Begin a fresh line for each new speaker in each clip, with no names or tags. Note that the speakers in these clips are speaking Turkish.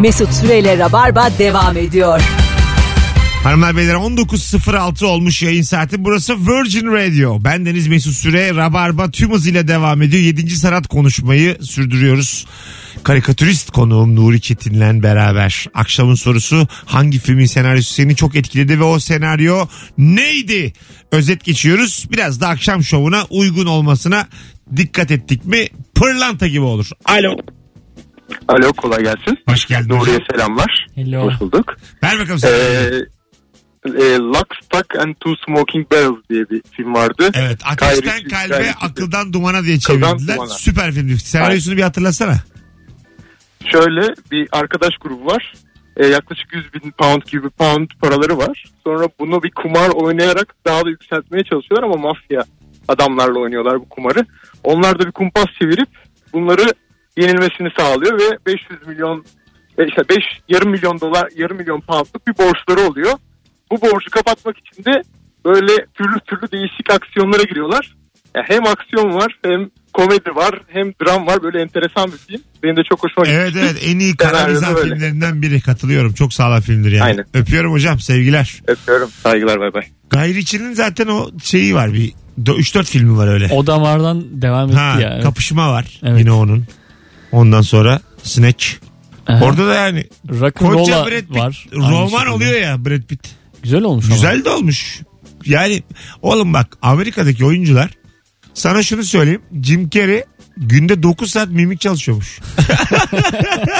Mesut Süreyle Rabarba devam ediyor.
Hanımlar beyler 19.06 olmuş yayın saati. Burası Virgin Radio. Ben Deniz Mesut Süre. Rabarba tüm hızıyla devam ediyor. 7. sanat konuşmayı sürdürüyoruz. Karikatürist konuğum Nuri Çetin'le beraber. Akşamın sorusu hangi filmin senaryosu seni çok etkiledi ve o senaryo neydi? Özet geçiyoruz. Biraz da akşam şovuna uygun olmasına dikkat ettik mi pırlanta gibi olur.
Alo. Alo kolay gelsin.
Hoş geldin.
Nuriye selamlar.
Hello.
Hoş bulduk.
Ver bakalım
Ee,
sen.
e, Lock, Stock and Two Smoking Barrels diye bir film vardı.
Evet
Kyrie
ateşten
Reeve'in
kalbe
hikayesi.
akıldan dumana diye
Akıldan
çevirdiler.
dumana.
Süper film. Senaryosunu bir hatırlasana.
Şöyle bir arkadaş grubu var. Ee, yaklaşık 100 bin pound gibi bir pound paraları var. Sonra bunu bir kumar oynayarak daha da yükseltmeye çalışıyorlar ama mafya adamlarla oynuyorlar bu kumarı. Onlar da bir kumpas çevirip bunları yenilmesini sağlıyor ve 500 milyon e, işte 5 yarım milyon dolar yarım milyon poundluk bir borçları oluyor. Bu borcu kapatmak için de böyle türlü türlü değişik aksiyonlara giriyorlar. Ya hem aksiyon var hem komedi var hem dram var böyle enteresan bir film. Benim de çok hoşuma gitti.
Evet evet en iyi kara
Senaryoda
mizah
böyle.
filmlerinden biri. Katılıyorum. Çok sağlam filmdir yani.
Aynen.
Öpüyorum hocam. Sevgiler.
Öpüyorum. Saygılar bay bay.
Gayriçinin zaten o şeyi var bir 3-4 filmi var öyle.
O damardan devam etti
ha,
ya.
Kapışma var
Evet.
yine onun. Ondan sonra Snatch.
Aha.
Orada da yani koca
Rock'n'roll'a
Brad Pitt
var. Aynı
roman
şekilde.
oluyor ya Brad Pitt.
Güzel olmuş ama.
Güzel de olmuş. Yani oğlum bak Amerika'daki oyuncular sana şunu söyleyeyim. Jim Carrey günde 9 saat mimik çalışıyormuş.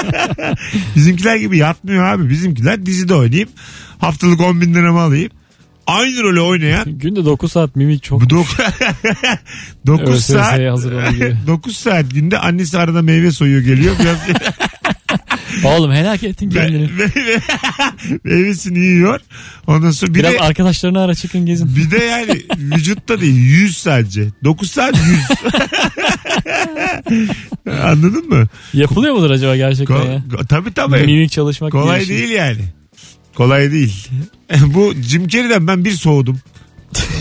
Bizimkiler gibi yatmıyor abi. Bizimkiler dizide oynayayım. Haftalık 10 bin liramı alayım. Aynı rolü oynayan
Günde 9 saat mimik çok.
9
ÖSS'ye
saat
hazırlanıyor gibi.
9 saat günde annesi arada meyve soyuyor geliyor. Biraz
Oğlum helak ettin kendini.
meyvesini yiyor. Ondan sonra bir
Biraz
de
arkadaşlarına ara çıkın gezin.
Bir de yani vücutta değil yüz sadece. 9 saat yüz. Anladın mı?
Yapılıyor mudur acaba gerçekten
Ko-
ya?
go- tabii tabii.
Mimik çalışmak diye bir
Kolay
şey.
değil yani. Kolay değil. bu Jim Carrey'den ben bir soğudum.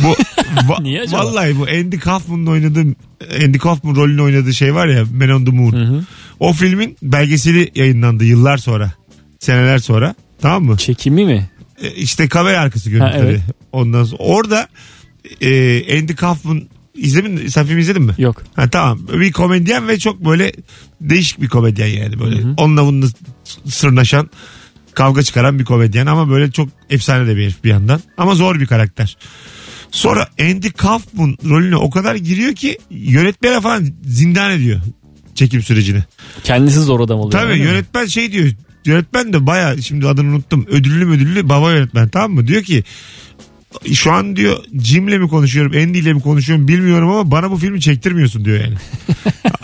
Bu va-
Niye acaba?
vallahi bu Andy Kaufman'ın oynadığı Andy Kaufman rolünü oynadığı şey var ya Men on the Moon.
hı.
O filmin belgeseli yayınlandı yıllar sonra. Seneler sonra. Tamam mı?
Çekimi mi?
E, işte kamera arkası görüntü
Ha, evet.
tabii. Ondan sonra orada e, Andy Kaufman izledin mi? Sen filmi izledin mi?
Yok.
Ha, tamam. Bir komedyen ve çok böyle değişik bir komedyen yani böyle. Onunla bununla sırnaşan kavga çıkaran bir komedyen ama böyle çok efsane de bir herif bir yandan. Ama zor bir karakter. Sonra Andy Kaufman rolüne o kadar giriyor ki yönetmene falan zindan ediyor çekim sürecini.
Kendisi zor adam oluyor.
Tabii
öyle mi?
yönetmen şey diyor. Yönetmen de baya şimdi adını unuttum. Ödüllü ödüllü baba yönetmen tamam mı? Diyor ki şu an diyor Jim'le mi konuşuyorum Andy ile mi konuşuyorum bilmiyorum ama bana bu filmi çektirmiyorsun diyor yani.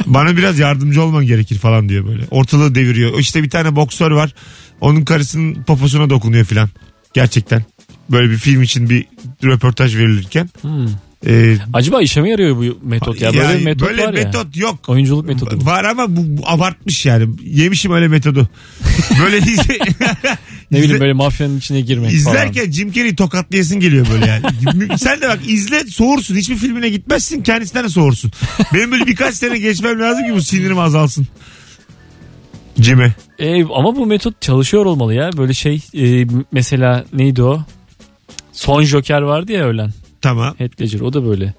bana biraz yardımcı olman gerekir falan diyor böyle. Ortalığı deviriyor. İşte bir tane boksör var. Onun karısının poposuna dokunuyor filan. Gerçekten. Böyle bir film için bir röportaj verilirken. Ee,
Acaba işe mi yarıyor bu Hmm. metot ya? Böyle
yani
bir metot
böyle
var ya.
metot yok.
Oyunculuk metodu bu.
Var ama bu, bu abartmış yani. Yemişim öyle metodu. Böyle izle,
Ne
izle-
bileyim böyle mafyanın içine girmek falan.
izlerken Jim Carrey tokatlayasın geliyor böyle yani. Sen de bak izle soğursun. Hiçbir filmine gitmezsin kendisinden de soğursun. Benim böyle birkaç sene geçmem lazım ki bu sinirim azalsın. Jim'e.
E, ama bu metot çalışıyor olmalı ya. Böyle şey e, mesela neydi o? Son Joker vardı ya ölen.
Tamam.
Heath Ledger o da böyle.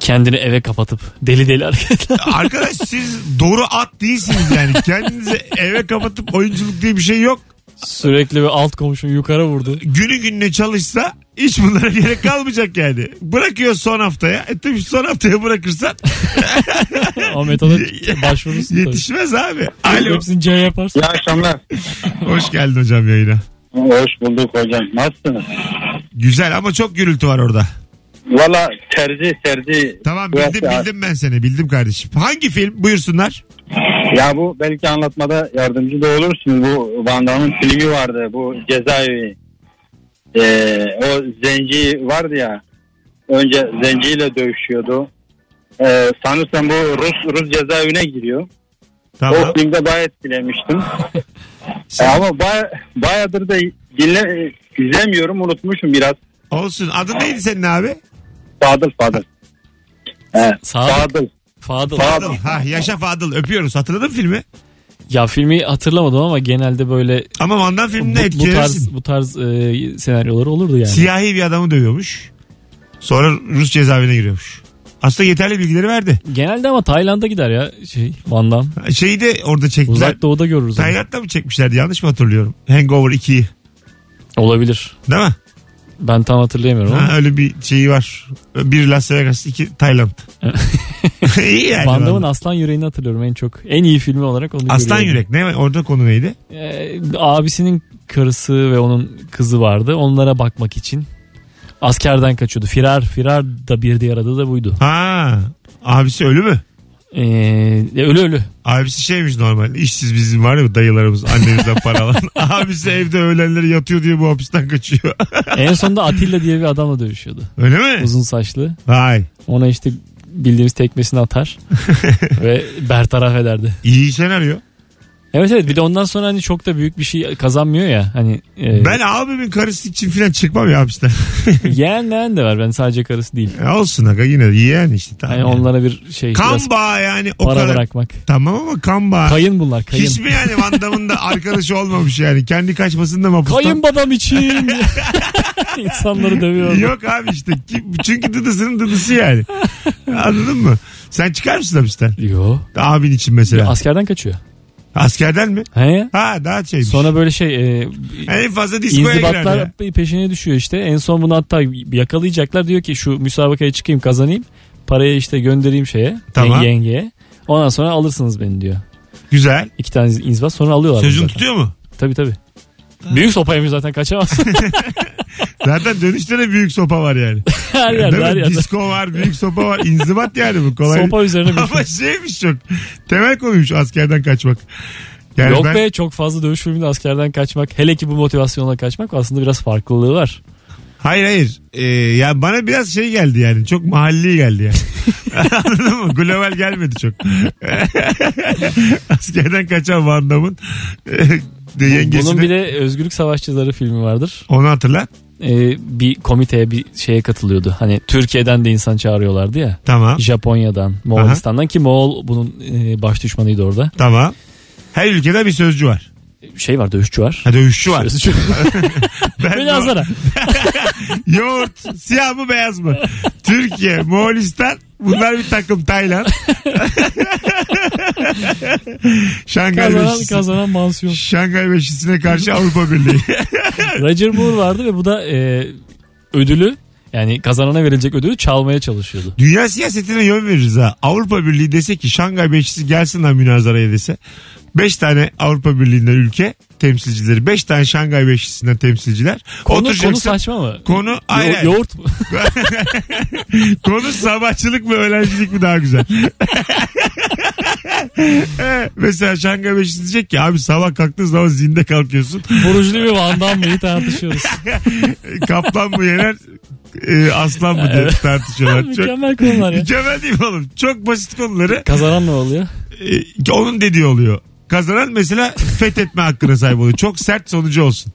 Kendini eve kapatıp deli deli hareketler.
Arkadaş siz doğru at değilsiniz yani. Kendinizi eve kapatıp oyunculuk diye bir şey yok.
Sürekli ve alt komşum yukarı vurdu.
günü gününe çalışsa hiç bunlara gerek kalmayacak yani. Bırakıyor son haftaya. E tabii son haftaya bırakırsan
O metoda başvurursun tabii.
yetişmez abi.
Alo.
Alo.
Hepsini C yaparsın.
İyi akşamlar.
Hoş geldin hocam yayına.
Hoş bulduk hocam. Nasılsınız?
Güzel ama çok gürültü var orada.
Valla terzi terzi.
Tamam
Bu
bildim
hafta-
bildim ben seni bildim kardeşim. Hangi film buyursunlar?
Ya bu belki anlatmada yardımcı da olursunuz. Bu Van Damme'ın filmi vardı. Bu cezaevi. Ee, o zenci vardı ya. Önce zenciyle dövüşüyordu. Ee, sanırsam bu Rus Rus cezaevine giriyor.
Tamam.
O filmde bayağı etkilenmiştim. Ee,
Sen-
ama baya, bayağıdır da dinle, izlemiyorum. Unutmuşum biraz.
olsun. Adı neydi senin abi?
Fadıl Fadıl. Ee,
Sadık.
Fadıl.
Fadıl.
Fadıl.
Fadıl. Ha, yaşa Fadıl. Öpüyoruz. Hatırladın mı filmi?
Ya filmi hatırlamadım ama genelde böyle
Ama Van Damme
bu,
filminde
bu
etkilenirsin.
tarz bu tarz e, senaryolar olurdu yani.
Siyahi bir adamı dövüyormuş. Sonra Rus cezaevine giriyormuş. Aslında yeterli bilgileri verdi.
Genelde ama Tayland'a gider ya şey Van Damme.
Şeyi de orada çektiler.
Uzak Doğu'da görürüz. onu.
Tayland'da mı çekmişlerdi yanlış mı hatırlıyorum? Hangover 2'yi
Olabilir.
değil mi?
Ben tam hatırlayamıyorum ama.
Ha, öyle bir şeyi var. Bir Las Vegas, iki Tayland. İyi yani.
Van Damme'ın
vallahi.
Aslan Yüreği'ni hatırlıyorum en çok. En iyi filmi olarak onu
Aslan
görüyorum.
Yürek. Ne, orada konu neydi?
Ee, abisinin karısı ve onun kızı vardı. Onlara bakmak için askerden kaçıyordu. Firar, firar da bir diğer adı da buydu.
Ha, abisi ölü mü?
Ee, ya ölü ölü.
Abisi şeymiş normal. İşsiz bizim var ya dayılarımız annemizden para alan. Abisi evde öğlenleri yatıyor diye bu hapisten kaçıyor.
En sonunda Atilla diye bir adamla dövüşüyordu.
Öyle mi?
Uzun saçlı.
Vay.
Ona işte bildiğimiz tekmesini atar ve bertaraf ederdi.
İyi senaryo.
Evet evet bir de ondan sonra hani çok da büyük bir şey kazanmıyor ya. Hani e,
Ben abimin karısı için filan çıkmam ya hapisten.
yeğen meğen de var. Ben sadece karısı değil.
Ya Olsun aga yine de yeğen işte. Tamam
Hani onlara bir şey biraz
Kamba yani o
para
kadar.
bırakmak.
Tamam ama kamba.
Kayın bunlar kayın.
Hiç mi yani Van Damme'ın da arkadaşı olmamış yani? Kendi kaçmasında mı hapisten?
Kayın babam için. İnsanları dövüyor.
Yok abi işte. Kim- Çünkü dıdısının dıdısı yani. Anladın mı? Sen çıkar mısın hapisten?
Yo.
Abin için mesela.
Askerden kaçıyor.
Askerden mi?
He ya.
Ha daha şeymiş.
Sonra böyle şey e,
En fazla diskoya girer
inzibatlar
ya.
peşine düşüyor işte. En son bunu hatta yakalayacaklar diyor ki şu müsabakaya çıkayım kazanayım. Parayı işte göndereyim şeye.
Tamam.
Yengeye. Ondan sonra alırsınız beni diyor.
Güzel.
İki tane inzibat sonra alıyorlar. bunu
Sözün
zaten.
tutuyor mu?
Tabii tabii. Büyük sopaymış zaten kaçamazsın.
Zaten dönüşte de büyük sopa var yani.
her
Değil
yerde
mi?
her yerde.
Disko var, büyük sopa var. İnzibat yani bu kolay.
Sopa üzerine bir şey.
Ama şeymiş çok. Temel konuymuş askerden kaçmak. Yani
Yok
ben-
be çok fazla dövüş filminde askerden kaçmak hele ki bu motivasyonla kaçmak aslında biraz farklılığı var.
Hayır hayır. Ee, ya bana biraz şey geldi yani. Çok mahalli geldi yani. Anladın mı? Global gelmedi çok. Askerden kaçan Van Damme'ın de yengesini.
Bunun bir de Özgürlük Savaşçıları filmi vardır.
Onu hatırla.
Ee, bir komiteye bir şeye katılıyordu. Hani Türkiye'den de insan çağırıyorlardı ya.
Tamam.
Japonya'dan, Moğolistan'dan ki Moğol bunun e, baş düşmanıydı orada.
Tamam. Her ülkede bir sözcü var.
Şey var dövüşçü var.
Ha dövüşçü var.
Sözcü.
Ben
Beni azara.
Yoğurt siyah mı beyaz mı? Türkiye, Moğolistan bunlar bir takım Tayland. Şangay
Kazanan,
Beşlisi.
kazanan mansiyon.
Şangay Beşlisi'ne karşı Avrupa Birliği.
Roger Moore vardı ve bu da e, ödülü yani kazanana verilecek ödülü çalmaya çalışıyordu.
Dünya siyasetine yön veririz ha. Avrupa Birliği dese ki Şangay Beşlisi gelsin lan münazaraya dese. Beş tane Avrupa Birliği'nden ülke temsilcileri. Beş tane Şangay Beşlisi'nden temsilciler.
Konu, konu
Oturacaksın.
saçma mı?
Konu
Yo-
hayır, hayır.
yoğurt mu?
Konu sabahçılık mı öğrencilik mi daha güzel? Ee, Mesela Şanga Beşiktaş diyecek ki abi sabah kalktığın zaman zinde kalkıyorsun.
Burujlu bir Van Damme'yi tartışıyoruz.
Kaplan mı yener e, aslan mı diye tartışıyorlar. Çok,
Mükemmel konular ya.
mükemmel değil mi oğlum? Çok basit konuları
Kazanan ne oluyor?
e, onun dediği oluyor. Kazanan mesela fethetme hakkına sahip oluyor. Çok sert sonucu olsun.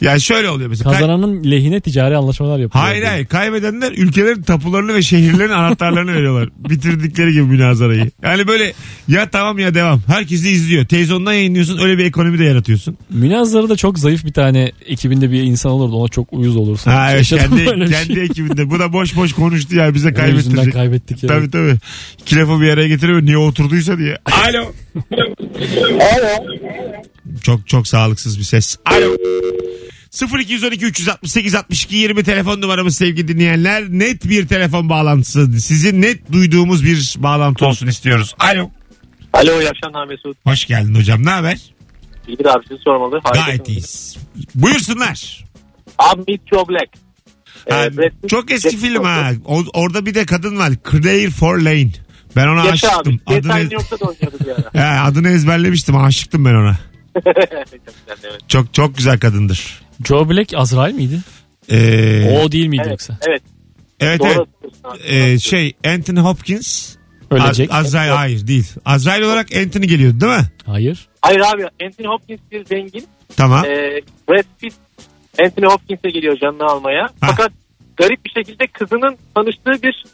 Yani şöyle oluyor mesela. Kay-
Kazananın lehine ticari anlaşmalar yapıyor.
Hayır hayır kaybedenler ülkelerin tapularını ve şehirlerin anahtarlarını veriyorlar. Bitirdikleri gibi münazarayı. Yani böyle ya tamam ya devam. Herkesi izliyor. Televizyondan yayınlıyorsun öyle bir ekonomi de yaratıyorsun.
Münazara'da çok zayıf bir tane ekibinde bir insan olurdu. Ona çok uyuz olursun.
Ha, evet,
Yaşadım
kendi,
böyle bir şey.
kendi ekibinde. Bu da boş boş konuştu ya bize
Onun yüzünden
kaybettirecek.
kaybettik ya.
Tabii tabii. İki lafı bir araya getiriyor niye oturduysa diye. Alo.
Alo.
Çok çok sağlıksız bir ses. Alo. 0212 368 62 20 telefon numaramız sevgili dinleyenler. Net bir telefon bağlantısı. Sizi net duyduğumuz bir bağlantı olsun istiyoruz. Alo.
Alo iyi akşamlar Mesut.
Hoş geldin hocam. Ne haber?
Bilgin abi sizi sormalı.
Gayet iyiyiz. Buyursunlar.
Abi Meet Joe Black. Ee,
Ha,
Brad Pitt-
çok eski
Brad Pitt
film
oldu.
ha. O- orada bir de kadın var. Claire Forlane. Ben ona
Yaşa abi.
aşıktım.
Detay
Adını,
yoksa da oynuyordu bir ara.
He, adını ezberlemiştim. Aşıktım ben ona.
Çok güzeldi, evet.
Çok çok güzel kadındır.
Joe Black Azrail miydi?
Ee,
o değil miydi
Evet,
yoksa?
evet.
evet
Doğru
evet.
hatırlıyorsun abi.
Ee, şey Anthony Hopkins.
Ölecek.
Az- Azrail hayır değil. Azrail olarak Anthony geliyordu değil mi?
Hayır.
Hayır abi Anthony Hopkins bir zengin.
Tamam.
Ee, Brad Pitt Anthony Hopkins'e geliyor canını almaya. Fakat garip bir şekilde kızının tanıştığı bir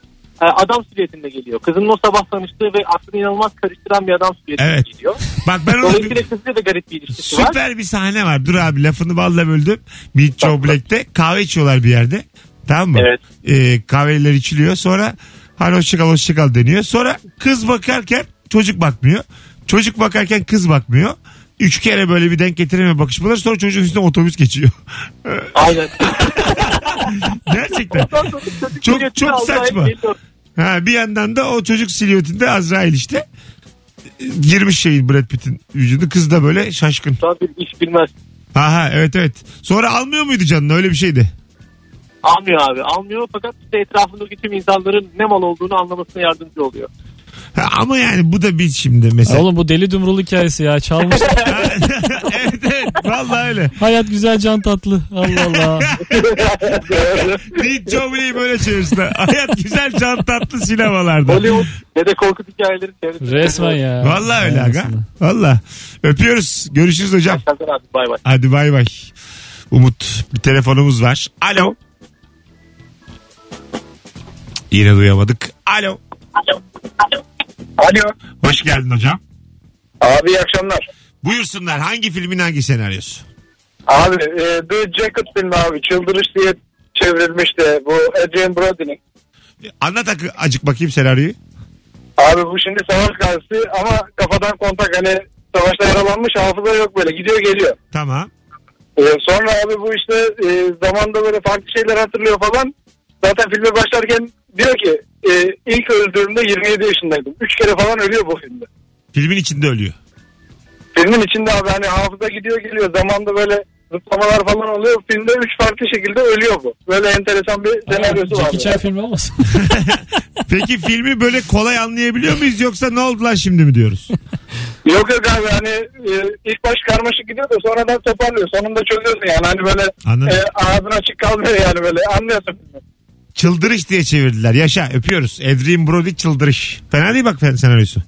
e, adam silüetinde geliyor. Kızının o sabah tanıştığı ve aklını inanılmaz karıştıran bir adam silüetinde
Evet.
geliyor.
Bak ben onu
Dolayısıyla kızıyla da garip bir ilişkisi var.
Süper bir sahne var. Dur abi lafını balla böldüm. Bir Joe Black'te kahve içiyorlar bir yerde. Tamam mı?
Evet.
Ee, kahveler içiliyor. Sonra hani hoşçakal hoşçakal deniyor. Sonra kız bakarken çocuk bakmıyor. Çocuk bakarken kız bakmıyor. Üç kere böyle bir denk getireme bakışmalar. Sonra çocuğun üstüne otobüs geçiyor.
Aynen.
Gerçekten.
Ondan sonra çocuk
Çok-
silüetini
çok
aldı,
saçma.
ayıp geliyor.
Ha, bir yandan da o çocuk silüetinde Azrail işte. Girmiş şeyin Brad Pitt'in vücudu. Kız da böyle şaşkın.
Şu an bir iş bilmez.
Aha evet evet. Sonra almıyor muydu canını öyle bir şeydi.
Almıyor abi. Almıyor fakat işte etrafındaki tüm insanların ne mal olduğunu anlamasına yardımcı oluyor.
Ha, ama yani bu da bir şimdi mesela.
Oğlum bu deli dumrul hikayesi ya. Çalmış.
evet evet vallahi öyle.
Hayat güzel can tatlı. Allah Allah.
Hiç Jobley'i böyle çevirsinler. Hayat güzel can tatlı sinemalarda.
Hollywood ne de korkut hikayeleri çevresinde.
Resmen ya.
Vallahi öyle aga.
Aynısını.
Valla. Öpüyoruz. Görüşürüz hocam.
Şakir abi bay bay.
Hadi bay bay. Umut bir telefonumuz var. Alo. Yine duyamadık. Alo.
Alo.
Hoş geldin hocam.
Abi iyi akşamlar.
Buyursunlar hangi filmin hangi senaryosu?
Abi e, The Jacket filmi abi çıldırış diye çevrilmişti bu Adrian Brody'nin.
Anlat akı- acık bakayım senaryoyu.
Abi bu şimdi savaş karşısı ama kafadan kontak hani savaşta yaralanmış hafıza yok böyle gidiyor geliyor.
Tamam.
E, sonra abi bu işte e, zamanda böyle farklı şeyler hatırlıyor falan. Zaten filme başlarken diyor ki e, ilk öldüğümde 27 yaşındaydım. 3 kere falan ölüyor bu filmde.
Filmin içinde ölüyor.
Filmin içinde abi hani hafıza gidiyor geliyor. Zamanda böyle zıplamalar falan oluyor. Filmde 3 farklı şekilde ölüyor bu. Böyle enteresan bir senaryosu var.
Jackie Chan filmi olmasın?
Peki filmi böyle kolay anlayabiliyor muyuz yoksa ne oldu lan şimdi mi diyoruz?
Yok yok abi hani e, ilk baş karmaşık gidiyor da sonradan toparlıyor. Sonunda çözüyorsun yani hani böyle
Anladım.
e, ağzın açık kalmıyor yani böyle anlıyorsun.
Çıldırış diye çevirdiler. Yaşa öpüyoruz. Adrian Brody çıldırış. Fena değil bak fen- senaryosu.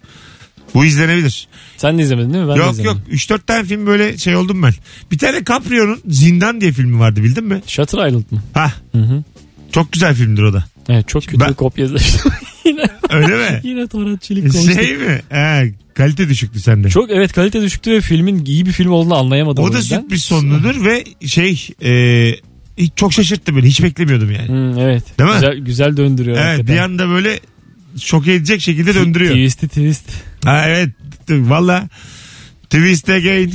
Bu izlenebilir.
Sen de izlemedin değil mi? Ben de
yok yok
izlemedim.
3-4 tane film böyle şey oldum ben. Bir tane Caprio'nun Zindan diye filmi vardı bildin mi?
Shutter Island mı?
Ha
Hı hı.
çok güzel filmdir o da.
Evet çok kötü
Ben-
kopyalamıştım. yine
Öyle mi?
yine torrentçilik konuştuk.
şey mi? He, kalite düşüktü sende.
Çok evet kalite düşüktü ve filmin iyi bir film olduğunu anlayamadım.
o da
yüzden.
sürpriz sonudur ve şey e, çok şaşırttı beni. Hiç beklemiyordum yani.
Hmm, evet.
Değil mi?
Güzel, güzel döndürüyor.
Evet bir
hakikaten.
anda böyle şok edecek şekilde döndürüyor.
Twist'i twist.
Ha evet valla twist again.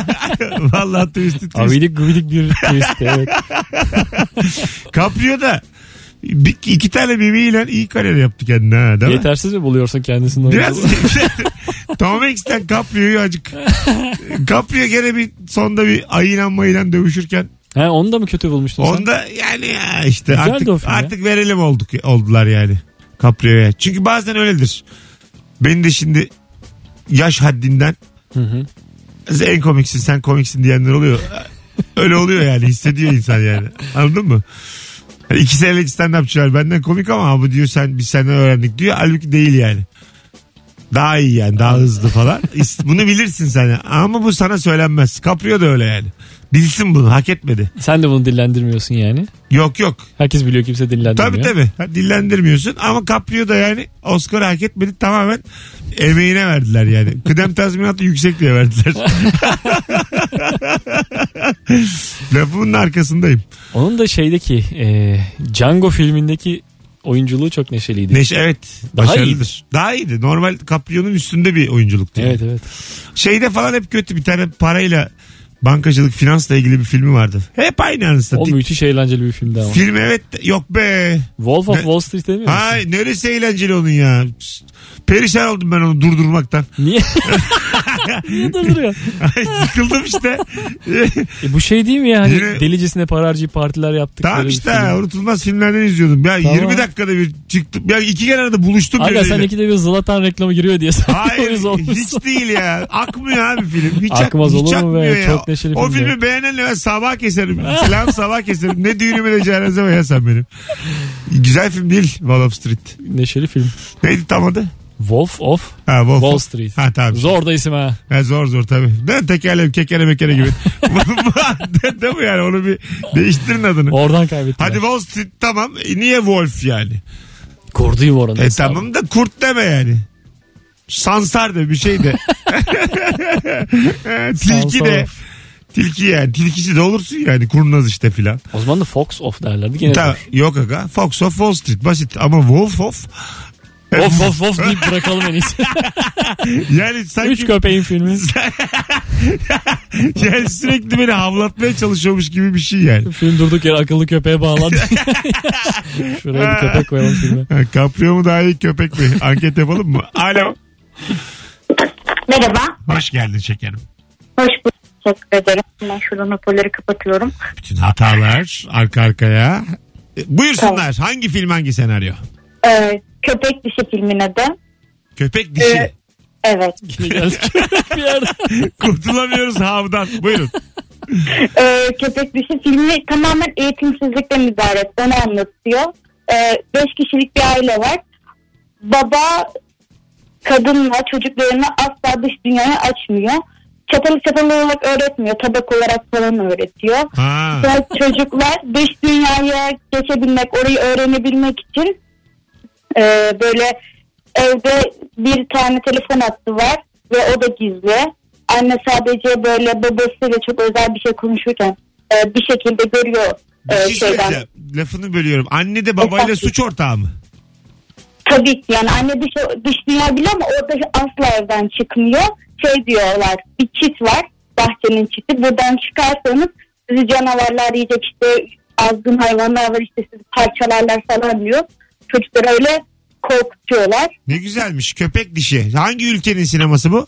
valla twist twist.
Avidik gubidik bir twist evet.
Caprio da bir, iki tane bebeğiyle iyi kariyer yaptı kendine ha değil mi?
Yetersiz mi buluyorsun kendisini?
Biraz
oyuncu?
Tom Hanks'ten Caprio'yu acık. Caprio gene bir sonda bir ayılan mayılan dövüşürken
He, onu da mı kötü bulmuştun sen?
onda yani ya işte
Güzeldi o
artık,
film ya.
artık verelim olduk oldular yani Caprio'ya. Çünkü bazen öyledir. Beni de şimdi yaş haddinden
Hı hı.
Siz en komiksin sen komiksin diyenler oluyor. Öyle oluyor yani hissediyor insan yani. Anladın mı? Yani İki senelik stand-upçılar benden komik ama abi diyor sen biz senden öğrendik diyor. Halbuki değil yani. Daha iyi yani daha hızlı falan. İs- Bunu bilirsin sen ama bu sana söylenmez. Caprio da öyle yani. Bilsin bunu hak etmedi.
Sen de bunu dillendirmiyorsun yani.
Yok yok.
Herkes biliyor kimse dillendirmiyor.
Tabii tabii. Ha, Dillendirmiyorsun ama Caprio da yani Oscar hak etmedi. Tamamen emeğine verdiler yani. Kıdem tazminatı yüksek diye verdiler. Lafımın arkasındayım.
Onun da şeydeki e, Django filmindeki oyunculuğu çok neşeliydi.
Neşe evet
Daha
başarılıdır. Daha iyiydi. Normal Caprio'nun üstünde bir oyunculuktu. yani.
Evet evet.
Şeyde falan hep kötü bir tane parayla bankacılık finansla ilgili bir filmi vardı. Hep aynı anısında.
O müthiş eğlenceli bir filmdi ama.
Film evet yok be.
Wolf of
Ne-
Wall Street demiyor musun?
Hay neresi eğlenceli onun ya. Perişan oldum ben onu durdurmaktan.
Niye? Niye durduruyor?
Ay, Sıkıldım işte.
E bu şey değil mi ya? Hani
Yine-
delicesine para harcayıp partiler yaptıkları
tamam
bir
işte
film.
ha, unutulmaz filmlerden izliyordum. Ya
Tamam.
20 dakikada bir çıktım. Ya iki kenarda da buluştum.
Aga sen
birileriyle.
ikide bir Zlatan reklamı giriyor diye sen
Hayır
uyuz olmuşsun.
hiç değil ya. Akmıyor abi film. Hiç, ak-
Akmaz
hiç
olur mu be?
akmıyor ya.
Çok neşeli
o
film
filmi
ya.
beğenenle ben sabah keserim. Selam sabah keserim. Ne düğünüme ne cenazeme ya sen benim. Güzel film değil Wall of Street.
Neşeli film.
Neydi tam adı?
Wolf of
Ha, Wolf.
Wall Street.
Ha tamam.
Zor da isim ha.
Ha, zor zor tabii. Ne tekerle kekere mekere gibi. De- Değil mi yani onu bir değiştirin adını.
Oradan kaybettim.
Hadi Wall Street tamam. E, niye Wolf yani?
Kurduyum oranın.
E
hesabı.
tamam da kurt deme yani. Sansar de bir şey de. tilki de. Tilki yani. Tilkisi de olursun yani. Kurnaz işte filan.
O zaman da Fox Off derlerdi. Gene
Ta- yok aga. Fox of Wall Street basit ama Wolf of
Of of of deyip bırakalım en iyisi.
yani sanki
Üç köpeğin filmi.
yani sürekli beni havlatmaya çalışıyormuş gibi bir şey yani.
Film durduk yere akıllı köpeğe bağlandı. Şuraya bir köpek koyalım filme.
Ha, Kaprio mu daha iyi köpek mi? Anket yapalım mı? Alo.
Merhaba.
Hoş geldin şekerim.
Hoş bulduk. Teşekkür ederim. Ben şurada hoparlörü kapatıyorum.
Bütün hatalar arka arkaya. E, Buyursunlar. Hangi film hangi senaryo?
Ee, Köpek Dişi filmin adı.
Köpek dişi.
Ee, Evet.
Biraz köpek bir yerde.
Kurtulamıyoruz havdan. Buyurun.
Ee, Köpek Dişi filmi tamamen eğitimsizlikten ibaret. Onu anlatıyor. Ee, beş kişilik bir aile var. Baba kadınla çocuklarını asla dış dünyaya açmıyor. Çatalı çatalı olarak öğretmiyor. Tabak olarak falan öğretiyor.
Ha.
Ve çocuklar dış dünyaya geçebilmek, orayı öğrenebilmek için e, böyle evde bir tane telefon hattı var ve o da gizli. Anne sadece böyle babasıyla çok özel bir şey konuşurken e, bir şekilde görüyor
Bir
e,
şey
şeyden.
söyleyeceğim. Lafını bölüyorum. Anne de babayla
Efendim?
suç ortağı mı?
Tabii ki yani anne dış, dış dünya bile ama orada asla evden çıkmıyor. Şey diyorlar bir çit var bahçenin çiti buradan çıkarsanız sizi canavarlar yiyecek işte azgın hayvanlar var işte sizi parçalarlar falan diyor. Çocukları öyle korkutuyorlar.
Ne güzelmiş. Köpek dişi. Hangi ülkenin sineması bu?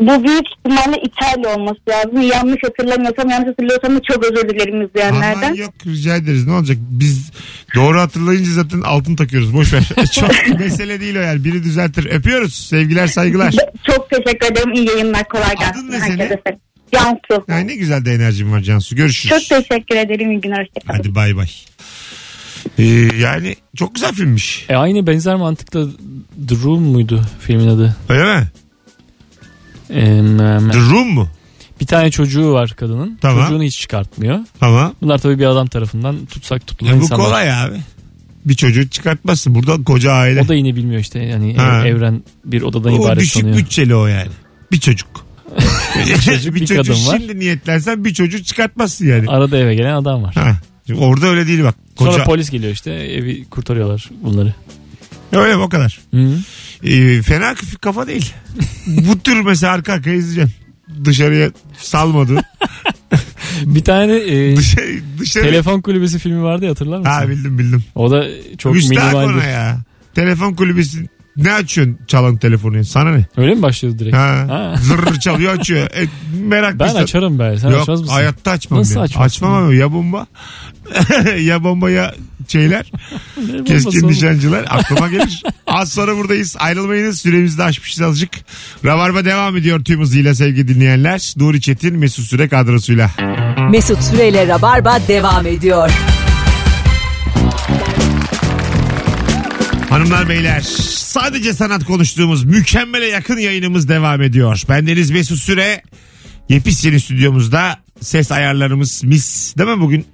Bu büyük ihtimalle İtalya olması lazım. Yanlış hatırlamıyorsam yanlış hatırlıyorsam da çok özür dilerim
Aman
izleyenlerden.
yok rica ederiz. Ne olacak? Biz doğru hatırlayınca zaten altın takıyoruz. Boş ver. Çok mesele değil o yani. Biri düzeltir. Öpüyoruz. Sevgiler saygılar.
Çok teşekkür ederim. İyi yayınlar. Kolay
Adın
gelsin.
ne senin?
Herkese selam. Cansu.
Yani ne güzel de enerjim var Cansu. Görüşürüz.
Çok teşekkür ederim. İyi günler. Hoşçakalın.
Hadi bay bay. Ee, yani çok güzel filmmiş.
E aynı benzer mantıkla The Room muydu filmin adı?
Öyle mi?
Em, em,
The Room mu?
bir tane çocuğu var kadının.
Tamam.
Çocuğunu hiç çıkartmıyor.
Ama
Bunlar tabii bir adam tarafından tutsak tutulan
e, bu
insanlar.
kolay abi. Bir çocuğu çıkartmazsın. Burada koca aile.
O da yine bilmiyor işte yani ev-
Ha.
evren bir odadan
o
ibaret
düşük
sanıyor.
bütçeli o yani. Bir çocuk. bir
çocuk, bir
çocuğu
kadın var.
şimdi niyetlensen bir çocuğu çıkartmazsın yani.
Arada eve gelen adam var.
Ha. Şimdi Orada öyle değil bak. Koca...
Sonra polis geliyor işte evi kurtarıyorlar bunları.
Öyle mi? o kadar.
Hı.
Ee, fena kaf- kafa değil. Bu tür mesela arka arkaya izleyeceksin. Dışarıya salmadı.
Bir tane e,
Dışarı, dışarı...
telefon kulübesi filmi vardı ya hatırlar mısın?
Ha bildim bildim.
O da çok
Müstahak ona
minimaldir.
ya. Telefon kulübesi ne açıyorsun çalan telefonu? ya? Sana ne?
Öyle mi başlıyordu direkt?
Ha.
Ha.
Zırr çalıyor açıyor. E, merak
Ben açarım be. Sen
Yok
açmaz mısın?
hayatta açmam
Nasıl
ya.
açmazsın
Açmam
ya?
abi. ya bomba ya bomba ya şeyler.
Ne bombası
Keskin şey.
oğlum?
nişancılar aklıma gelir. Az sonra buradayız. Ayrılmayınız. Süremizi de aşmışız azıcık. Rabarba devam ediyor tüm hızıyla sevgili dinleyenler. Nuri Çetin, Mesut Süre kadrosuyla.
Mesut Süreyle Rabarba devam ediyor.
Hanımlar beyler sadece sanat konuştuğumuz mükemmele yakın yayınımız devam ediyor. Ben Deniz Mesut Süre. Yepis yeni stüdyomuzda ses ayarlarımız mis değil mi bugün?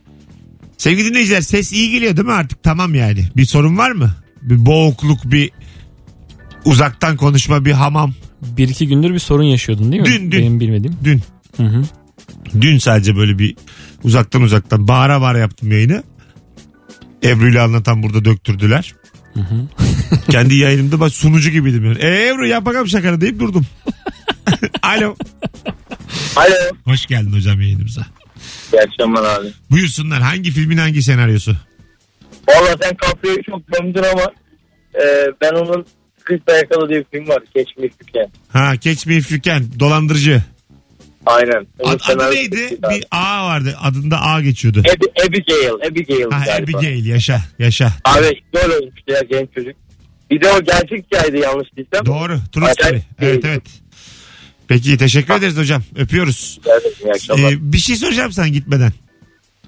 Sevgili dinleyiciler ses iyi geliyor değil mi artık tamam yani. Bir sorun var mı? Bir boğukluk bir uzaktan konuşma bir hamam
Bir iki gündür bir sorun yaşıyordun değil mi?
Dün, dün.
Benim bilmediğim.
dün.
Hı hı.
Dün sadece böyle bir uzaktan uzaktan bağıra bağıra yaptım yayını. Ebru ile anlatan burada döktürdüler. Kendi yayınımda ben sunucu gibiydim yani. E, Ebru yap bakalım şakanı deyip durdum. Alo.
Alo.
Hoş geldin hocam yayınımıza.
İyi akşamlar abi.
Buyursunlar hangi filmin hangi senaryosu?
Valla sen Caprio'yu çok gömdün ama e, ben onun Kırkta Yakala diye bir film var. Geçmiş Tüken.
Ha Catch Me If You Can, dolandırıcı.
Aynen. Onun
Ad- adı
senaryosu
neydi?
çok iyi abi.
Bir A vardı adında A geçiyordu.
Ab- Abigail. Abigail
Ha,
galiba.
Abigail yaşa yaşa.
Abi böyle olmuştu ya genç çocuk. Bir de o gerçek hikayeydi yanlış değilsem.
Doğru. True story.
Acayip
Evet
iyi.
evet. Peki teşekkür ederiz hocam. Öpüyoruz.
Evet, iyi akşamlar.
Ee, bir şey soracağım sen gitmeden.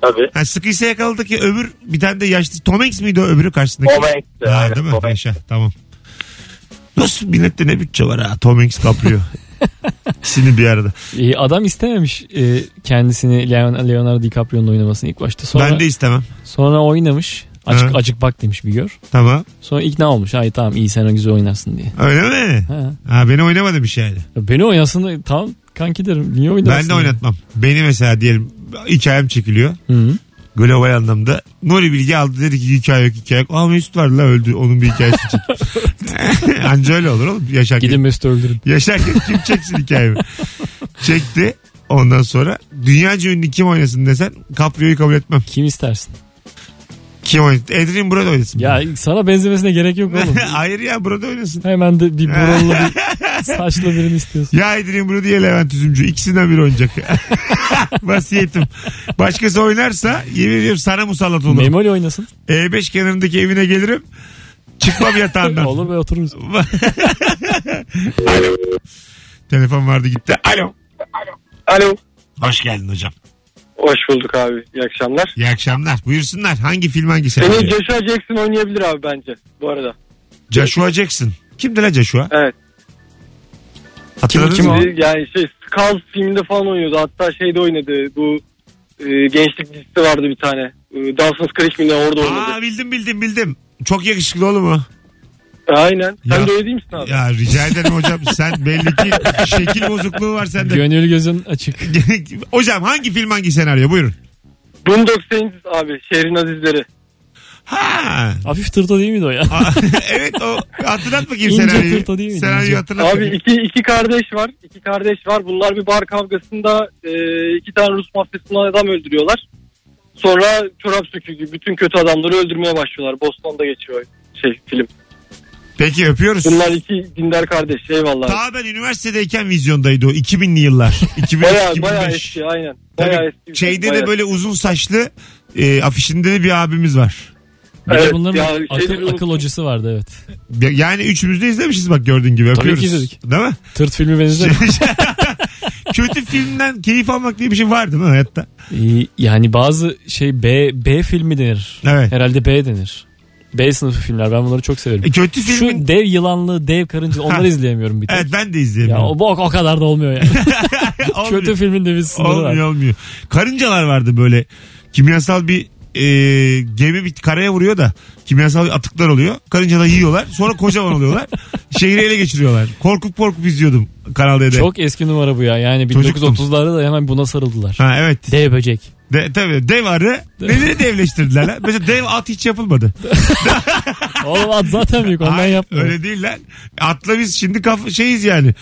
Tabii.
Ha, sıkıysa yakaladı ki öbür bir tane de yaşlı Tom Hanks miydi o öbürü karşısındaki?
Tom Hanks'ti,
Ha,
aynen,
değil mi?
Tom Hanks.
Yaşa, tamam. Nasıl millette ne bütçe var ha? Tom Hanks Caprio. İkisini bir arada.
Ee, adam istememiş e, kendisini Leon- Leonardo DiCaprio'nun oynamasını ilk başta. Sonra,
Ben de istemem.
sonra oynamış. Açık
Ha.
açık bak demiş bir gör.
Tamam.
Sonra ikna olmuş. Ay tamam iyi sen o güzel oynarsın diye.
Öyle mi?
Ha.
Ha, beni oynamadı bir şey yani.
Ya Beni oynasın da- tamam kanki derim. Niye oynarsın?
Ben de
ya?
oynatmam. Beni mesela diyelim hikayem çekiliyor.
Hı -hı.
Global anlamda. Nuri Bilge aldı dedi ki hikaye yok hikaye yok. Aa Mesut var la öldü onun bir hikayesi çek. Anca öyle olur oğlum. Yaşarken,
Gidin Mesut'u öldürün.
yaşarken kim çeksin hikayemi? Çekti. Ondan sonra dünyaca ünlü kim oynasın desen Caprio'yu kabul etmem.
Kim istersin?
Kim oynasın? Adrian burada oynasın.
Ya sana benzemesine gerek yok oğlum.
Hayır ya burada oynasın.
Hemen de bir burunlu bir saçlı birini istiyorsun.
Ya Adrian Brody ya Levent Üzümcü. İkisinden biri oynayacak. Vasiyetim. Başkası oynarsa yemin ediyorum sana musallat olurum.
Memoli oynasın.
E5 E kenarındaki evine gelirim. Çıkmam yatağından.
Olur ve otururuz.
Telefon vardı gitti. Alo.
Alo.
Hoş geldin hocam.
Hoş bulduk abi. İyi akşamlar.
İyi akşamlar. Buyursunlar. Hangi film hangi
Beni
senaryo?
Joshua Jackson oynayabilir abi bence bu arada.
Joshua Jackson. Kimdi la Joshua?
Evet.
Hatırladınız
kim o?
mı?
Bir- Yani şey Skulls filminde falan oynuyordu. Hatta şeyde oynadı. Bu e, gençlik dizisi vardı bir tane. E, Dawson's Creek mi ne orada oynadı.
Aa bildim bildim bildim. Çok yakışıklı oğlum o.
Aynen.
Ya-
Sen de öyle değil misin abi?
Ya rica ederim hocam. Sen belli ki şekil bozukluğu var sende.
Gönül gözün açık.
hocam hangi film hangi senaryo? Buyurun.
Boondock Saints abi. Şehrin Azizleri.
Ha.
Hafif tırto değil miydi o ya?
Aa, evet o hatırlat bakayım
İnce
senaryoyu.
tırtı değil miydi?
Senaryoyu
İnce.
hatırlat.
Abi
bakayım.
iki, iki kardeş var. İki kardeş var. Bunlar bir bar kavgasında e, iki tane Rus mafyasından adam öldürüyorlar. Sonra çorap söküğü gibi bütün kötü adamları öldürmeye başlıyorlar. Boston'da geçiyor şey film.
Peki öpüyoruz.
Bunlar iki dindar kardeş. Eyvallah.
Ta ben üniversitedeyken vizyondaydı o 2000'li yıllar. 2000,
Baya
2005.
baya eski aynen.
Tabii,
Baya eski.
Şeyde
bayağı.
de böyle uzun saçlı e, afişinde de bir abimiz var.
Bir de
Evet,
bunların
ya şeyleri
akıl,
unuttum.
akıl hocası vardı evet.
Ya- Yani üçümüz de izlemişiz bak gördüğün gibi.
Tabii
Öpüyoruz.
ki izledik.
Değil mi?
Tırt filmi benzer.
Kötü filmden keyif almak diye bir şey var değil mi hayatta?
Ee, yani bazı şey B B filmi denir.
Evet.
Herhalde B denir. B sınıfı filmler ben bunları çok severim.
E, kötü filmin...
Şu dev yılanlı, dev karınca
Ha.
onları izleyemiyorum bir tek.
Evet ben de
Ya
izleyemiyorum.
o, o, o kadar da olmuyor yani.
Olmuyor.
Kötü filmin de bir sınırı
Olmuyor
var.
olmuyor. Karıncalar vardı böyle kimyasal bir e, gemi bir karaya vuruyor da kimyasal atıklar oluyor. Karıncalar yiyorlar sonra kocaman oluyorlar. Şehri ele geçiriyorlar. Korkup korkup izliyordum Kanal D'de.
Çok eski numara bu ya. Yani
Çocuktum.
1930'larda da hemen buna sarıldılar.
Ha evet.
Dev böcek.
De, tabii dev arı neleri devleştirdiler lan? Mesela dev at hiç yapılmadı.
Oğlum at zaten büyük ondan
Ay,
yapmıyor.
Öyle değil lan. Atla biz şimdi kaf şeyiz yani.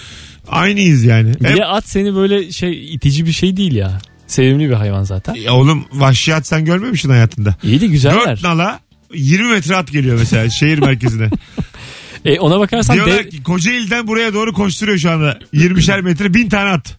Aynıyız yani.
Bir
Hep-
de at seni böyle şey itici bir şey değil ya. Sevimli bir hayvan zaten.
E, Ya oğlum vahşi at sen görmemişsin hayatında.
İyi de güzeller.
Dört nala 20 metre at geliyor mesela şehir merkezine.
E, ona bakarsan
Diyorlar
dev,
ki Kocaeli'den buraya doğru koşturuyor şu anda. 20'şer metre bin tane at.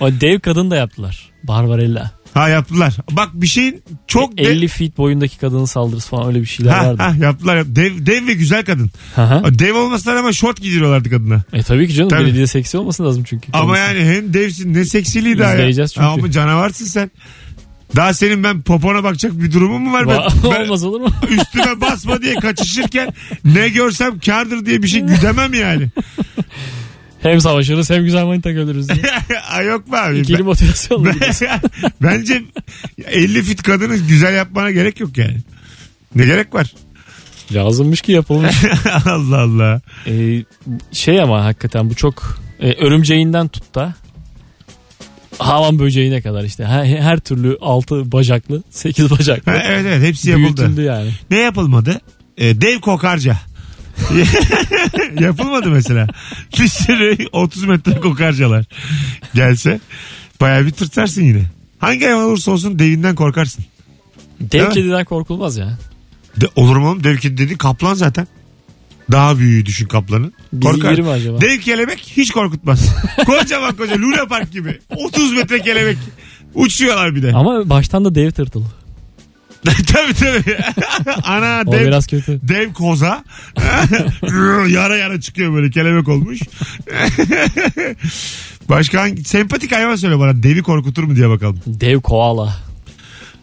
o dev kadın da yaptılar. Barbarella.
Ha yaptılar. Bak bir şeyin çok... dev-
50 E, feet boyundaki kadının saldırısı falan öyle bir şeyler
Ha,
vardı.
ha, yaptılar. yap- Dev, dev ve güzel kadın.
Hı hı.
Dev olmasına rağmen şort giydiriyorlardı kadına.
e tabii ki canım
Tabii.
belediye seksi olması lazım çünkü.
Ama
kendisi.
yani hem devsin ne seksiliydi daha ya.
İzleyeceğiz çünkü.
Ama canavarsın sen. Daha senin ben popona bakacak bir durumum mu var? Ben,
Va-
ben
Olmaz olur mu?
üstüme basma diye kaçışırken ne görsem kardır diye bir şey güdemem yani.
hem savaşırız hem güzel manita görürüz. diye.
Ay yok mu abi?
İkili motivasyon olur.
Ben- Bence 50 fit kadını güzel yapmana gerek yok yani. Ne gerek var?
Lazımmış ki yapılmış.
Allah Allah.
E, şey ama hakikaten bu çok e, örümceğinden tut da havan böceğine kadar işte her, her türlü altı bacaklı 8 bacaklı
Ha, evet evet hepsi yapıldı.
büyütüldü yani.
Ne yapılmadı? Ee, dev kokarca. yapılmadı mesela. Bir sürü 30 metre kokarcalar gelse bayağı bir tırtarsın yine. Hangi hayvan olursa olsun devinden korkarsın. Değil
Dev
mi?
kediden korkulmaz ya.
De, olur mu oğlum? Dev kedi dedi kaplan zaten. Daha büyüğü düşün kaplanın.
Bizi yer mi acaba?
Dev kelebek hiç korkutmaz. Kocaman koca Luna Park gibi. 30 metre kelebek. Uçuyorlar bir de.
Ama baştan da dev tırtıl.
tabii tabii. Ana
O
dev
biraz kötü.
Dev koza. yara yara çıkıyor böyle kelebek olmuş. Başka hangi, sempatik hayvan söyle bana. Devi korkutur mu diye bakalım.
Dev koala.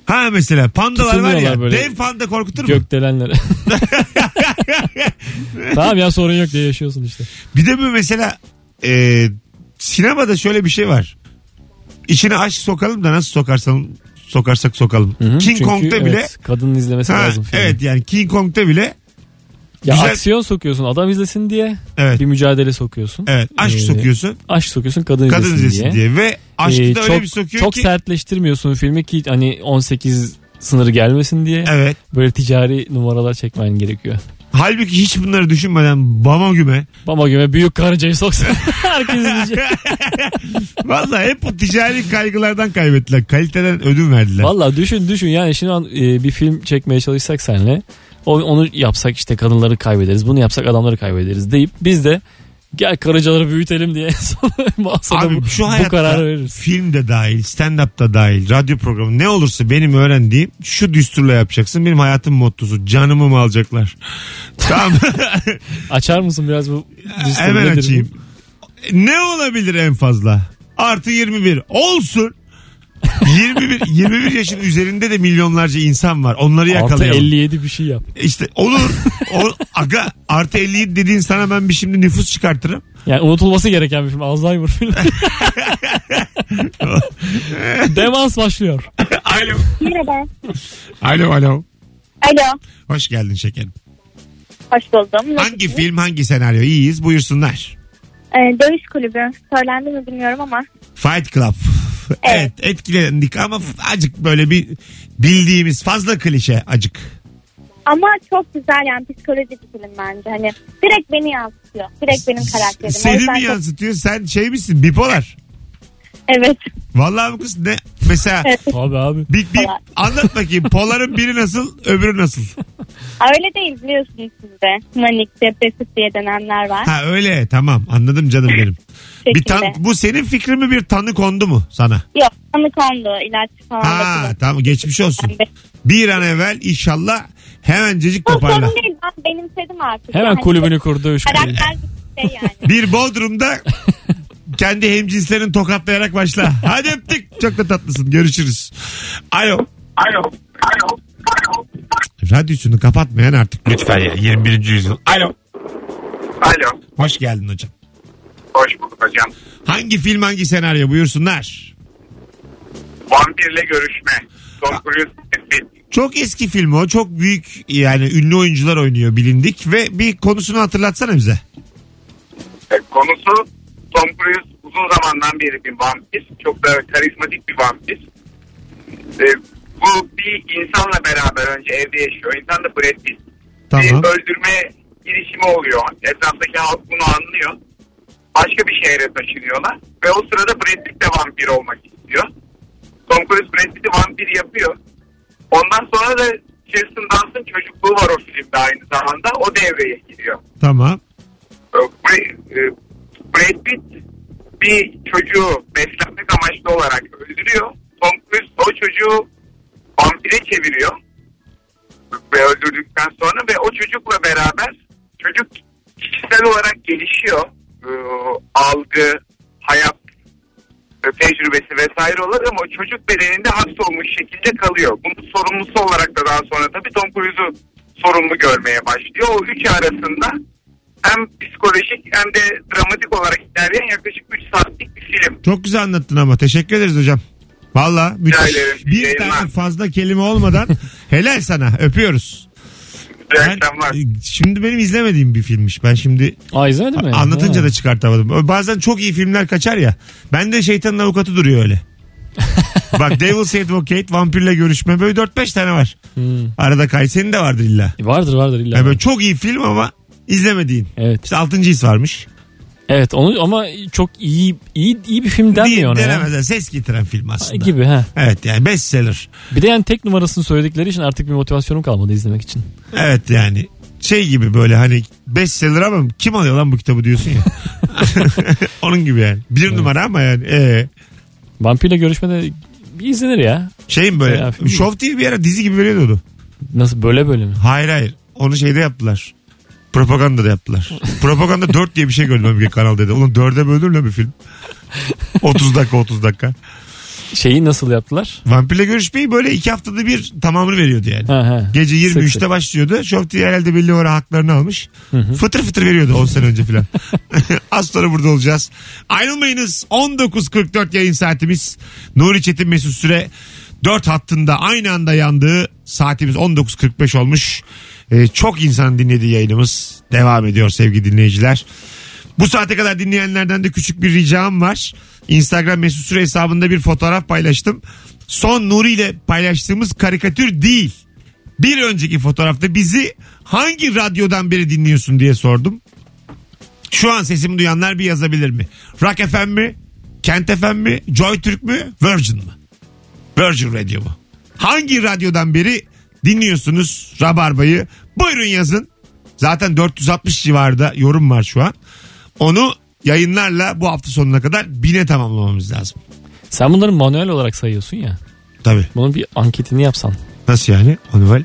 Ha mesela pandalar var ya.
Tutunuyorlar böyle.
Dev panda korkutur mu?
Gökdelenlere. tamam ya sorun yok diye yaşıyorsun işte.
Bir de bu mesela e, sinemada şöyle bir şey var. İçine aşk sokalım da nasıl sokarsan sokarsak sokalım.
Hı,
King
çünkü
Kong'da bile
evet, kadının izlemesi
Ha,
lazım. filmi.
evet yani King Kong'da bile
Ya
güzel-
aksiyon sokuyorsun adam izlesin diye.
evet
Bir mücadele sokuyorsun.
evet aşk
Ee,
sokuyorsun
Aşk sokuyorsun kadın,
kadın izlesin diye. ve aşkı
Ee,
da öyle
çok,
bir sokuyor
çok
ki
sertleştirmiyorsun filmi ki hani 18 sınırı gelmesin diye.
evet
Böyle ticari numaralar çekmen gerekiyor.
halbuki hiç bunları düşünmeden bama güme
Baba güme büyük karıncayı soksan herkes izleyecek.
Valla hep bu ticari kaygılardan kaybettiler. Kaliteden ödün verdiler.
Valla düşün düşün yani şimdi an- e, bir film çekmeye çalışsak senle onu yapsak işte kadınları kaybederiz bunu yapsak adamları kaybederiz deyip biz de gel karıcaları büyütelim diye masada
Abi
bu,
şu
bu
hayatta
kararı veririz.
film de dahil, stand up da dahil, radyo programı ne olursa benim öğrendiğim şu düsturla yapacaksın. Benim hayatım mottosu canımı mı alacaklar? tamam
Açar mısın biraz bu düsturu
hemen
nedir bu?
açayım. Ne olabilir en fazla? Artı 21 olsun. 21 21 yaşın üzerinde de milyonlarca insan var. Onları
Artı
yakalayalım.
57 bir şey yap.
İşte olur. O, aga artı 57 dediğin sana ben bir şimdi nüfus çıkartırım.
Yani unutulması gereken bir film. Alzheimer filmi. Demans başlıyor.
Alo.
Merhaba.
Alo alo.
Alo.
Hoş geldin şekerim.
Hoş buldum.
Hangi film hangi senaryo? İyiyiz buyursunlar.
Ee, dövüş kulübü. Söylendi mi bilmiyorum ama.
Fight Club. Evet. etkilendik ama f- acık böyle bir bildiğimiz fazla klişe acık.
Ama çok güzel yani psikolojik bir film bence. Hani direkt beni yansıtıyor. Direkt benim karakterim. O
Seni
yüzden
mi
çok-
yansıtıyor? Sen şey misin bipolar?
Evet.
Vallahi bu kız ne? Mesela
Evet.
Abi abi.
bir, bir anlat bakayım. Poların biri nasıl öbürü nasıl?
Öyle değil biliyorsunuz siz de. Manik, depresif diye dönemler var.
Ha öyle tamam anladım canım benim. Bir tan
Şekilde.
bu senin fikri mi bir tanı kondu mu sana?
Yok tanı kondu. ilaç falan
Ha
da
tamam geçmiş olsun.
kullanıyorum.
Bir an evvel inşallah hemencecik
Çok
toparla.
sorun değil. Ben benimsedim artık.
Hemen
Yani
kulübünü kurdu. Üç kulübü.
Karakter bir şey yani.
Bir Bodrum'da kendi hemcinslerini tokatlayarak başla. Hadi öptük. Çok da tatlısın. Görüşürüz. Alo.
Alo. Alo.
Radyosunu kapatmayan artık lütfen ya. 21. yüzyıl. Alo.
Alo.
Hoş geldin hocam.
Hoş bulduk hocam.
Hangi film hangi senaryo buyursunlar?
Vampirle görüşme. Tom Cruise.
Çok eski film o. Çok büyük yani ünlü oyuncular oynuyor bilindik ve bir konusunu hatırlatsana bize.
E, Konusu Tom Cruise uzun zamandan beri bir vampir. Çok da karizmatik bir vampir. E, bu bir insanla beraber önce evde yaşıyor. İnsan da Brad Pitt.
Tamam.
Bir öldürme girişimi oluyor. Etraftaki halk bunu anlıyor. Başka bir şehre taşınıyorlar. Ve o sırada Brad Pitt de vampir olmak istiyor. Tom Cruise Brad Pitt'i vampir yapıyor. Ondan sonra da Kirsten Dunst'ın çocukluğu var o filmde aynı zamanda. O devreye giriyor.
Tamam.
Bra- e, Brad Pitt bir çocuğu beslenmek amaçlı olarak öldürüyor. Tom Cruise o çocuğu vampire çeviriyor. Ve öldürdükten sonra ve o çocukla beraber çocuk kişisel olarak gelişiyor. Ee, algı, hayat e, tecrübesi vesaire olarak ama o çocuk bedeninde hapsolmuş şekilde kalıyor. Bunun sorumlusu olarak da daha sonra tabii Tom Cruise'u sorumlu görmeye başlıyor. O üç arasında hem psikolojik hem de dramatik olarak ilerleyen yaklaşık 3 saatlik bir film.
Çok güzel anlattın ama. Teşekkür ederiz hocam. Valla müthiş.
ederim.
Bir
İyi
tane
yayınlar.
fazla kelime olmadan helal sana. Öpüyoruz.
İyi
Ben- e,
akşamlar.
şimdi benim izlemediğim bir filmmiş. Ben şimdi
Aa izlemedin mi?
Anlatınca
Ha.
da çıkartamadım. Bazen çok iyi filmler kaçar ya. Ben de şeytanın avukatı duruyor öyle. Bak Devil's Advocate, vampirle görüşme böyle 4-5 tane var.
Hmm.
Arada Kayseri'nin de vardır illa.
E, Vardır vardır illa.
Yani böyle çok iyi film ama izlemediğin.
Evet.
İşte 6. his varmış.
Evet onu ama çok iyi iyi iyi bir film denmiyor ona.
Değil,
ya.
denemez. Yani Ses getiren film aslında.
Gibi ha.
Evet yani bestseller.
Bir de yani tek numarasını söyledikleri için artık bir motivasyonum kalmadı izlemek için.
Evet yani şey gibi böyle hani bestseller ama kim alıyor lan bu kitabı diyorsun ya. Onun gibi yani. Bir numara ama yani. Ee,
Vampirle görüşmede bir izlenir ya.
şeyim şey böyle.
Bayağı film.
Show TV bir ara dizi gibi veriyordu onu.
Nasıl böyle böyle mi?
Hayır hayır. Onu şeyde yaptılar. Propaganda da yaptılar. Propaganda 4 diye bir şey gördüm bir kanal dedi. Oğlum 4'e bölür lan bir film. 30 dakika 30 dakika.
Şeyi nasıl yaptılar?
Vampirle görüşmeyi böyle 2 haftada bir tamamını veriyordu yani.
Ha ha.
Gece
Sık
23'te
sık.
başlıyordu. Show TV herhalde belli o ara haklarını almış. Fıtır fıtır veriyordu 10 sene önce filan. Az sonra burada olacağız. Ayrılmayınız. 19.44 yayın saatimiz. Nuri Çetin Mesut Süre. dört hattında aynı anda yandığı saatimiz 19.45 olmuş. Ee, çok insan dinlediği yayınımız devam ediyor sevgili dinleyiciler. Bu saate kadar dinleyenlerden de küçük bir ricam var. Instagram mesut süre hesabında bir fotoğraf paylaştım. Son Nuri ile paylaştığımız karikatür değil. Bir önceki fotoğrafta bizi hangi radyodan beri dinliyorsun diye sordum. Şu an sesimi duyanlar bir yazabilir mi? Rock FM mi? Kent FM mi? Joy Türk mü? Virgin mi? Virgin Radio mu? Hangi radyodan beri dinliyorsunuz Rabarba'yı? Buyurun yazın. Zaten 460 civarında yorum var şu an. Onu yayınlarla bu hafta sonuna kadar bine tamamlamamız lazım.
Sen bunları manuel olarak sayıyorsun ya.
Tabii.
Bunun bir anketini yapsan.
Nasıl yani? Anuel.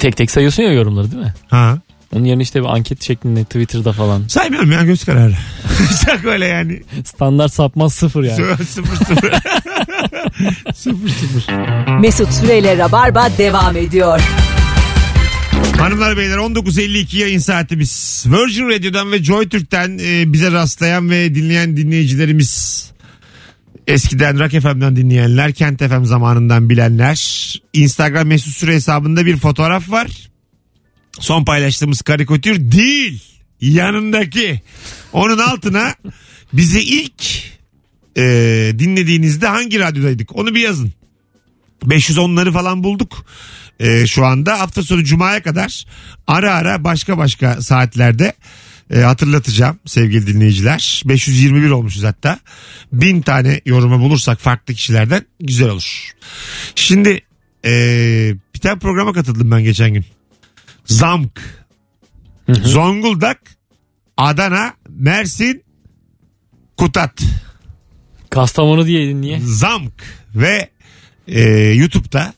Tek tek sayıyorsun ya yorumları değil mi?
Ha.
Onun yerine işte bir anket şeklinde Twitter'da falan.
Saymıyorum ya göz kararı. Çok öyle yani.
Standart sapmaz sıfır yani.
Sıfır sıfır. sıfır sıfır.
Mesut Süreyle Rabarba devam ediyor.
Hanımlar beyler 19.52 yayın saatimiz. Virgin Radio'dan ve Joy Türk'ten e, bize rastlayan ve dinleyen dinleyicilerimiz. Eskiden Rock FM'den dinleyenler, Kent FM zamanından bilenler. Instagram mesut süre hesabında bir fotoğraf var. Son paylaştığımız karikatür değil. Yanındaki. Onun altına bizi ilk e, dinlediğinizde hangi radyodaydık onu bir yazın. 510'ları falan bulduk e, şu anda. Hafta sonu Cuma'ya kadar ara ara başka başka saatlerde e, hatırlatacağım sevgili dinleyiciler. 521 olmuşuz hatta. Bin tane yoruma bulursak farklı kişilerden güzel olur. Şimdi e, bir tane programa katıldım ben geçen gün. Zamk. Zonguldak, Adana, Mersin, Kutat.
Kastamonu diye niye?
Zamk ve e, YouTube'da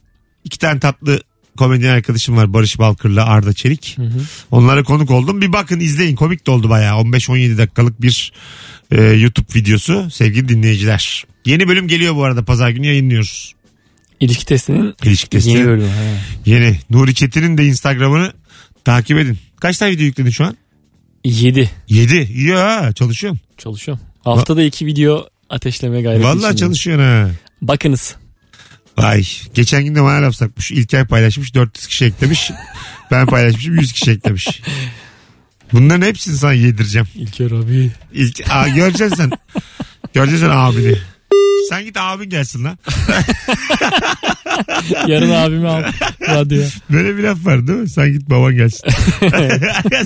iki tane tatlı komedyen arkadaşım var Barış Balkır'la Arda Çelik. Onlara konuk oldum. Bir bakın izleyin komik de oldu bayağı 15-17 dakikalık bir e, YouTube videosu sevgili dinleyiciler. Yeni bölüm geliyor bu arada pazar günü yayınlıyoruz.
İlişki testinin
İlişki testi.
yeni
Yeni,
bölümü. ha.
Nuri Çetin'in de Instagram'ını takip edin. Kaç tane video yükledin şu an?
7.
7. Ya çalışıyorum.
Çalışıyorum. Haftada iki video ateşleme gayreti
Vallahi
içindeyim.
çalışıyorsun ha.
Bakınız.
Vay. Geçen gün de bana laf sakmış. İlker paylaşmış 400 kişi eklemiş. ben paylaşmışım 100 kişi eklemiş. Bunların hepsini sana yedireceğim.
İlker abi.
İlk, aa, göreceksin sen. Göreceksin sen abini. Sen git abin gelsin lan.
Yarın abimi al radyoya.
Böyle bir laf var değil mi? Sen git baban gelsin.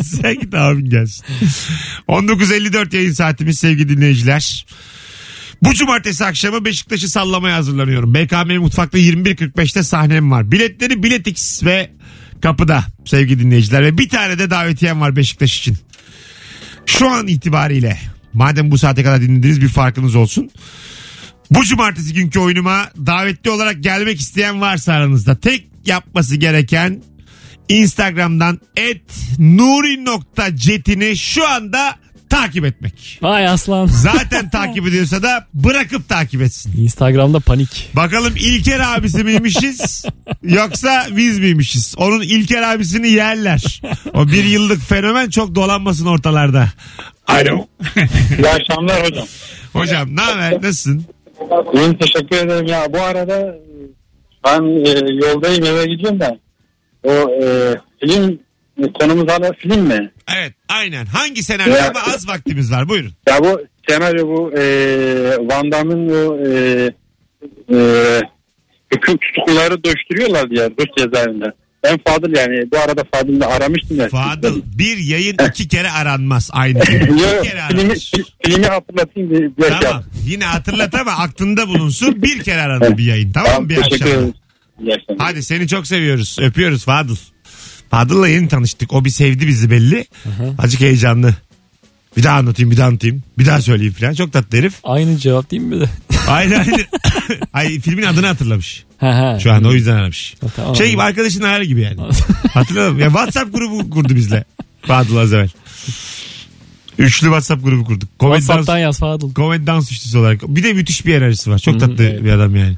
Sen git abin gelsin. 19.54 yayın saatimiz sevgili dinleyiciler. Bu cumartesi akşamı Beşiktaş'ı sallamaya hazırlanıyorum. BKM Mutfak'ta 21.45'te sahnem var. Biletleri Biletix ve kapıda sevgili dinleyiciler. Ve bir tane de davetiyem var Beşiktaş için. Şu an itibariyle madem bu saate kadar dinlediniz bir farkınız olsun. Bu cumartesi günkü oyunuma davetli olarak gelmek isteyen varsa aranızda tek yapması gereken Instagram'dan et nuri.cetini şu anda takip etmek.
Vay aslan.
Zaten takip ediyorsa da bırakıp takip etsin.
Instagram'da panik.
Bakalım İlker abisi miymişiz yoksa biz miymişiz? Onun İlker abisini yerler. O bir yıllık fenomen çok dolanmasın ortalarda. Alo.
İyi akşamlar hocam.
Hocam ne haber nasılsın?
İyiyim teşekkür ederim ya. Bu arada e, ben e, yoldayım eve gidiyorum da. O e, film konumuz hala film mi?
Evet aynen hangi senaryo
Ya.
ama az vaktimiz var buyurun.
Ya bu senaryo bu e, Van Damme'ın bu e, e, hüküm tutukluları döştürüyorlar diye Rus cezaevinde. Ben Fadıl yani bu arada Fadıl'ı da aramıştım ya.
Fadıl bir yayın iki kere aranmaz aynı.
Yo,
bir kere
filmi,
aranmış.
filmi hatırlatayım diye. diye şey
Tamam.
yaptım.
Yine hatırlat ama aklında bulunsun. Bir kere aranır bir yayın. Tamam mı? Bir
teşekkür
akşam.
ederim. İyi akşamlar.
Hadi seni çok seviyoruz. Öpüyoruz Fadıl. Fadıl'la yeni tanıştık. O bir sevdi bizi belli. Acık heyecanlı. Bir daha anlatayım, bir daha anlatayım. Bir daha söyleyeyim falan. Çok tatlı herif.
Aynı cevap değil mi? bir de?
Aynen aynen. Ay, filmin adını hatırlamış.
Ha, ha.
Şu anda o yüzden aramış.
Tamam.
Şey gibi arkadaşın her gibi yani. Hatırladım. Ya WhatsApp grubu kurdu bizle. Fadıl az evvel. Üçlü WhatsApp grubu kurduk. Komedi dans,
WhatsApp'tan yaz Fadıl.
komedi dans üçlüsü olarak. Bir de müthiş bir enerjisi var. Çok tatlı bir adam yani.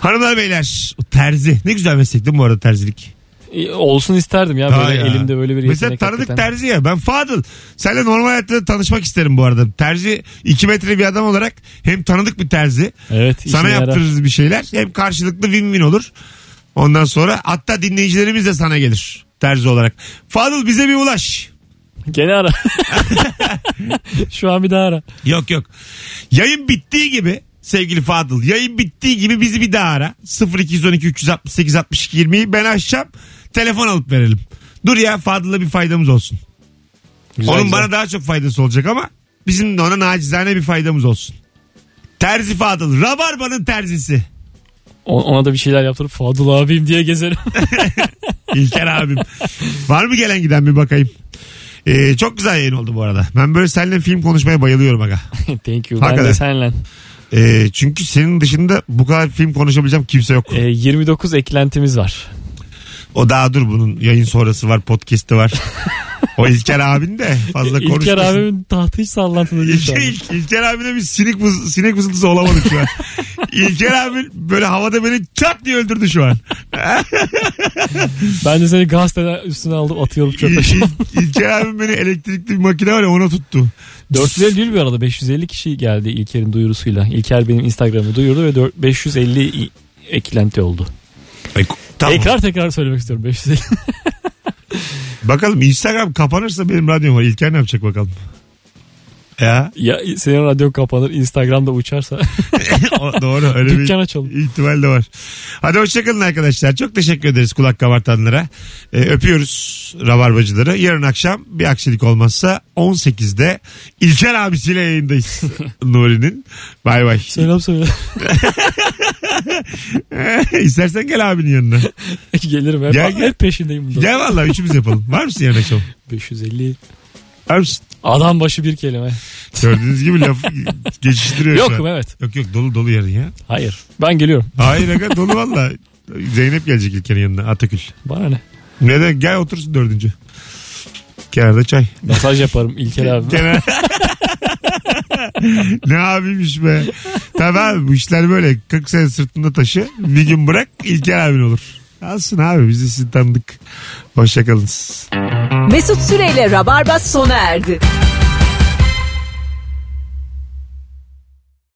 Hanımlar beyler terzi. Ne güzel meslek değil mi bu arada terzilik?
e, olsun isterdim ya
Daha
böyle
ya.
elimde böyle bir
Mesela
yetenek
tanıdık
hakikaten.
terzi ya. Ben Fadıl. Seninle normal hayatta da tanışmak isterim bu arada. Terzi 2 metre bir adam olarak hem tanıdık bir terzi.
Evet. işine
Sana
yarar.
yaptırırız bir şeyler. Hem karşılıklı win-win olur. Ondan sonra hatta dinleyicilerimiz de sana gelir terzi olarak. Fadıl bize bir ulaş.
Gene ara. Şu an bir daha ara.
Yok yok. Yayın bittiği gibi sevgili Fadıl yayın bittiği gibi bizi bir daha ara. 0212 368 62 20'yi ben açacağım. Telefon alıp verelim. Dur ya Fadıl'a bir faydamız olsun.
Güzel,
Onun
güzel.
bana daha çok faydası olacak ama bizim de ona nacizane bir faydamız olsun. Terzi Fadıl. Rabarba'nın terzisi.
O- Ona da bir şeyler yaptırıp Fadıl abim diye gezerim.
İlker abim. Var mı gelen giden bir bakayım. Ee, çok güzel yayın oldu bu arada. Ben böyle seninle film konuşmaya bayılıyorum aga.
Thank you. Ben
Hakikaten.
de senle.
Ee, çünkü senin dışında bu kadar film konuşabileceğim kimse yok.
E, 29 eklentimiz var.
O daha dur bunun yayın sonrası var, podcast'i var. o İlker abin de fazla konuşmasın.
İlker abimin tahtı hiç sallantıda değil. şu
İlker,
an.
İlker, abine bir sinek, vız- sinek vızıltısı olamadık şu an. İlker abi böyle havada beni çat diye öldürdü şu an.
ben de seni gazeteden üstüne aldım atıyorum
İl,
çöpe.
İl- İlker abim beni elektrikli bir makine var ya ona tuttu.
450 değil bir arada 550 kişi geldi İlker'in duyurusuyla. İlker benim Instagram'ı duyurdu ve dört- 550 i- eklenti oldu.
Ay, ko- tamam.
Tekrar tekrar söylemek istiyorum 550.
Bakalım Instagram kapanırsa benim radyom var. İlker ne yapacak bakalım? Ya
ya senin radyo kapanır Instagram'da uçarsa
o- doğru öyle bir
dükkan açalım.
ihtimal de var. Hadi hoşçakalın arkadaşlar. Çok teşekkür ederiz kulak kabartanlara. Ee, öpüyoruz rabarbacıları. Yarın akşam bir aksilik olmazsa 18'de İlker abisiyle yayındayız. Nuri'nin. Bay bay.
Selam söyle.
İstersen gel abinin yanına.
Gelirim hep,
Gel, gel.
hep peşindeyim bundan.
Gel vallahi üçümüz yapalım. Var mısın yarın akşam?
550
Var mısın?
adam başı bir kelime.
Gördüğünüz gibi lafı geçiştiriyor şu
Yokum
an.
evet.
Yok yok dolu dolu yarın ya.
Hayır. Ben geliyorum.
Hayır aga dolu valla. Zeynep gelecek İlker'in yanına Atakül.
Bana ne?
Neden? Gel otursun dördüncü. Kenarda çay.
Mesaj yaparım İlker abi.
Kenar... ne abiymiş be. Tabii abi bu işler böyle. 40 sene sırtında taşı. Bir gün bırak İlker abin olur. Alsın abi biz de sizi tanıdık. Hoşçakalınız.
Mesut Süreyle Rabarba sona erdi.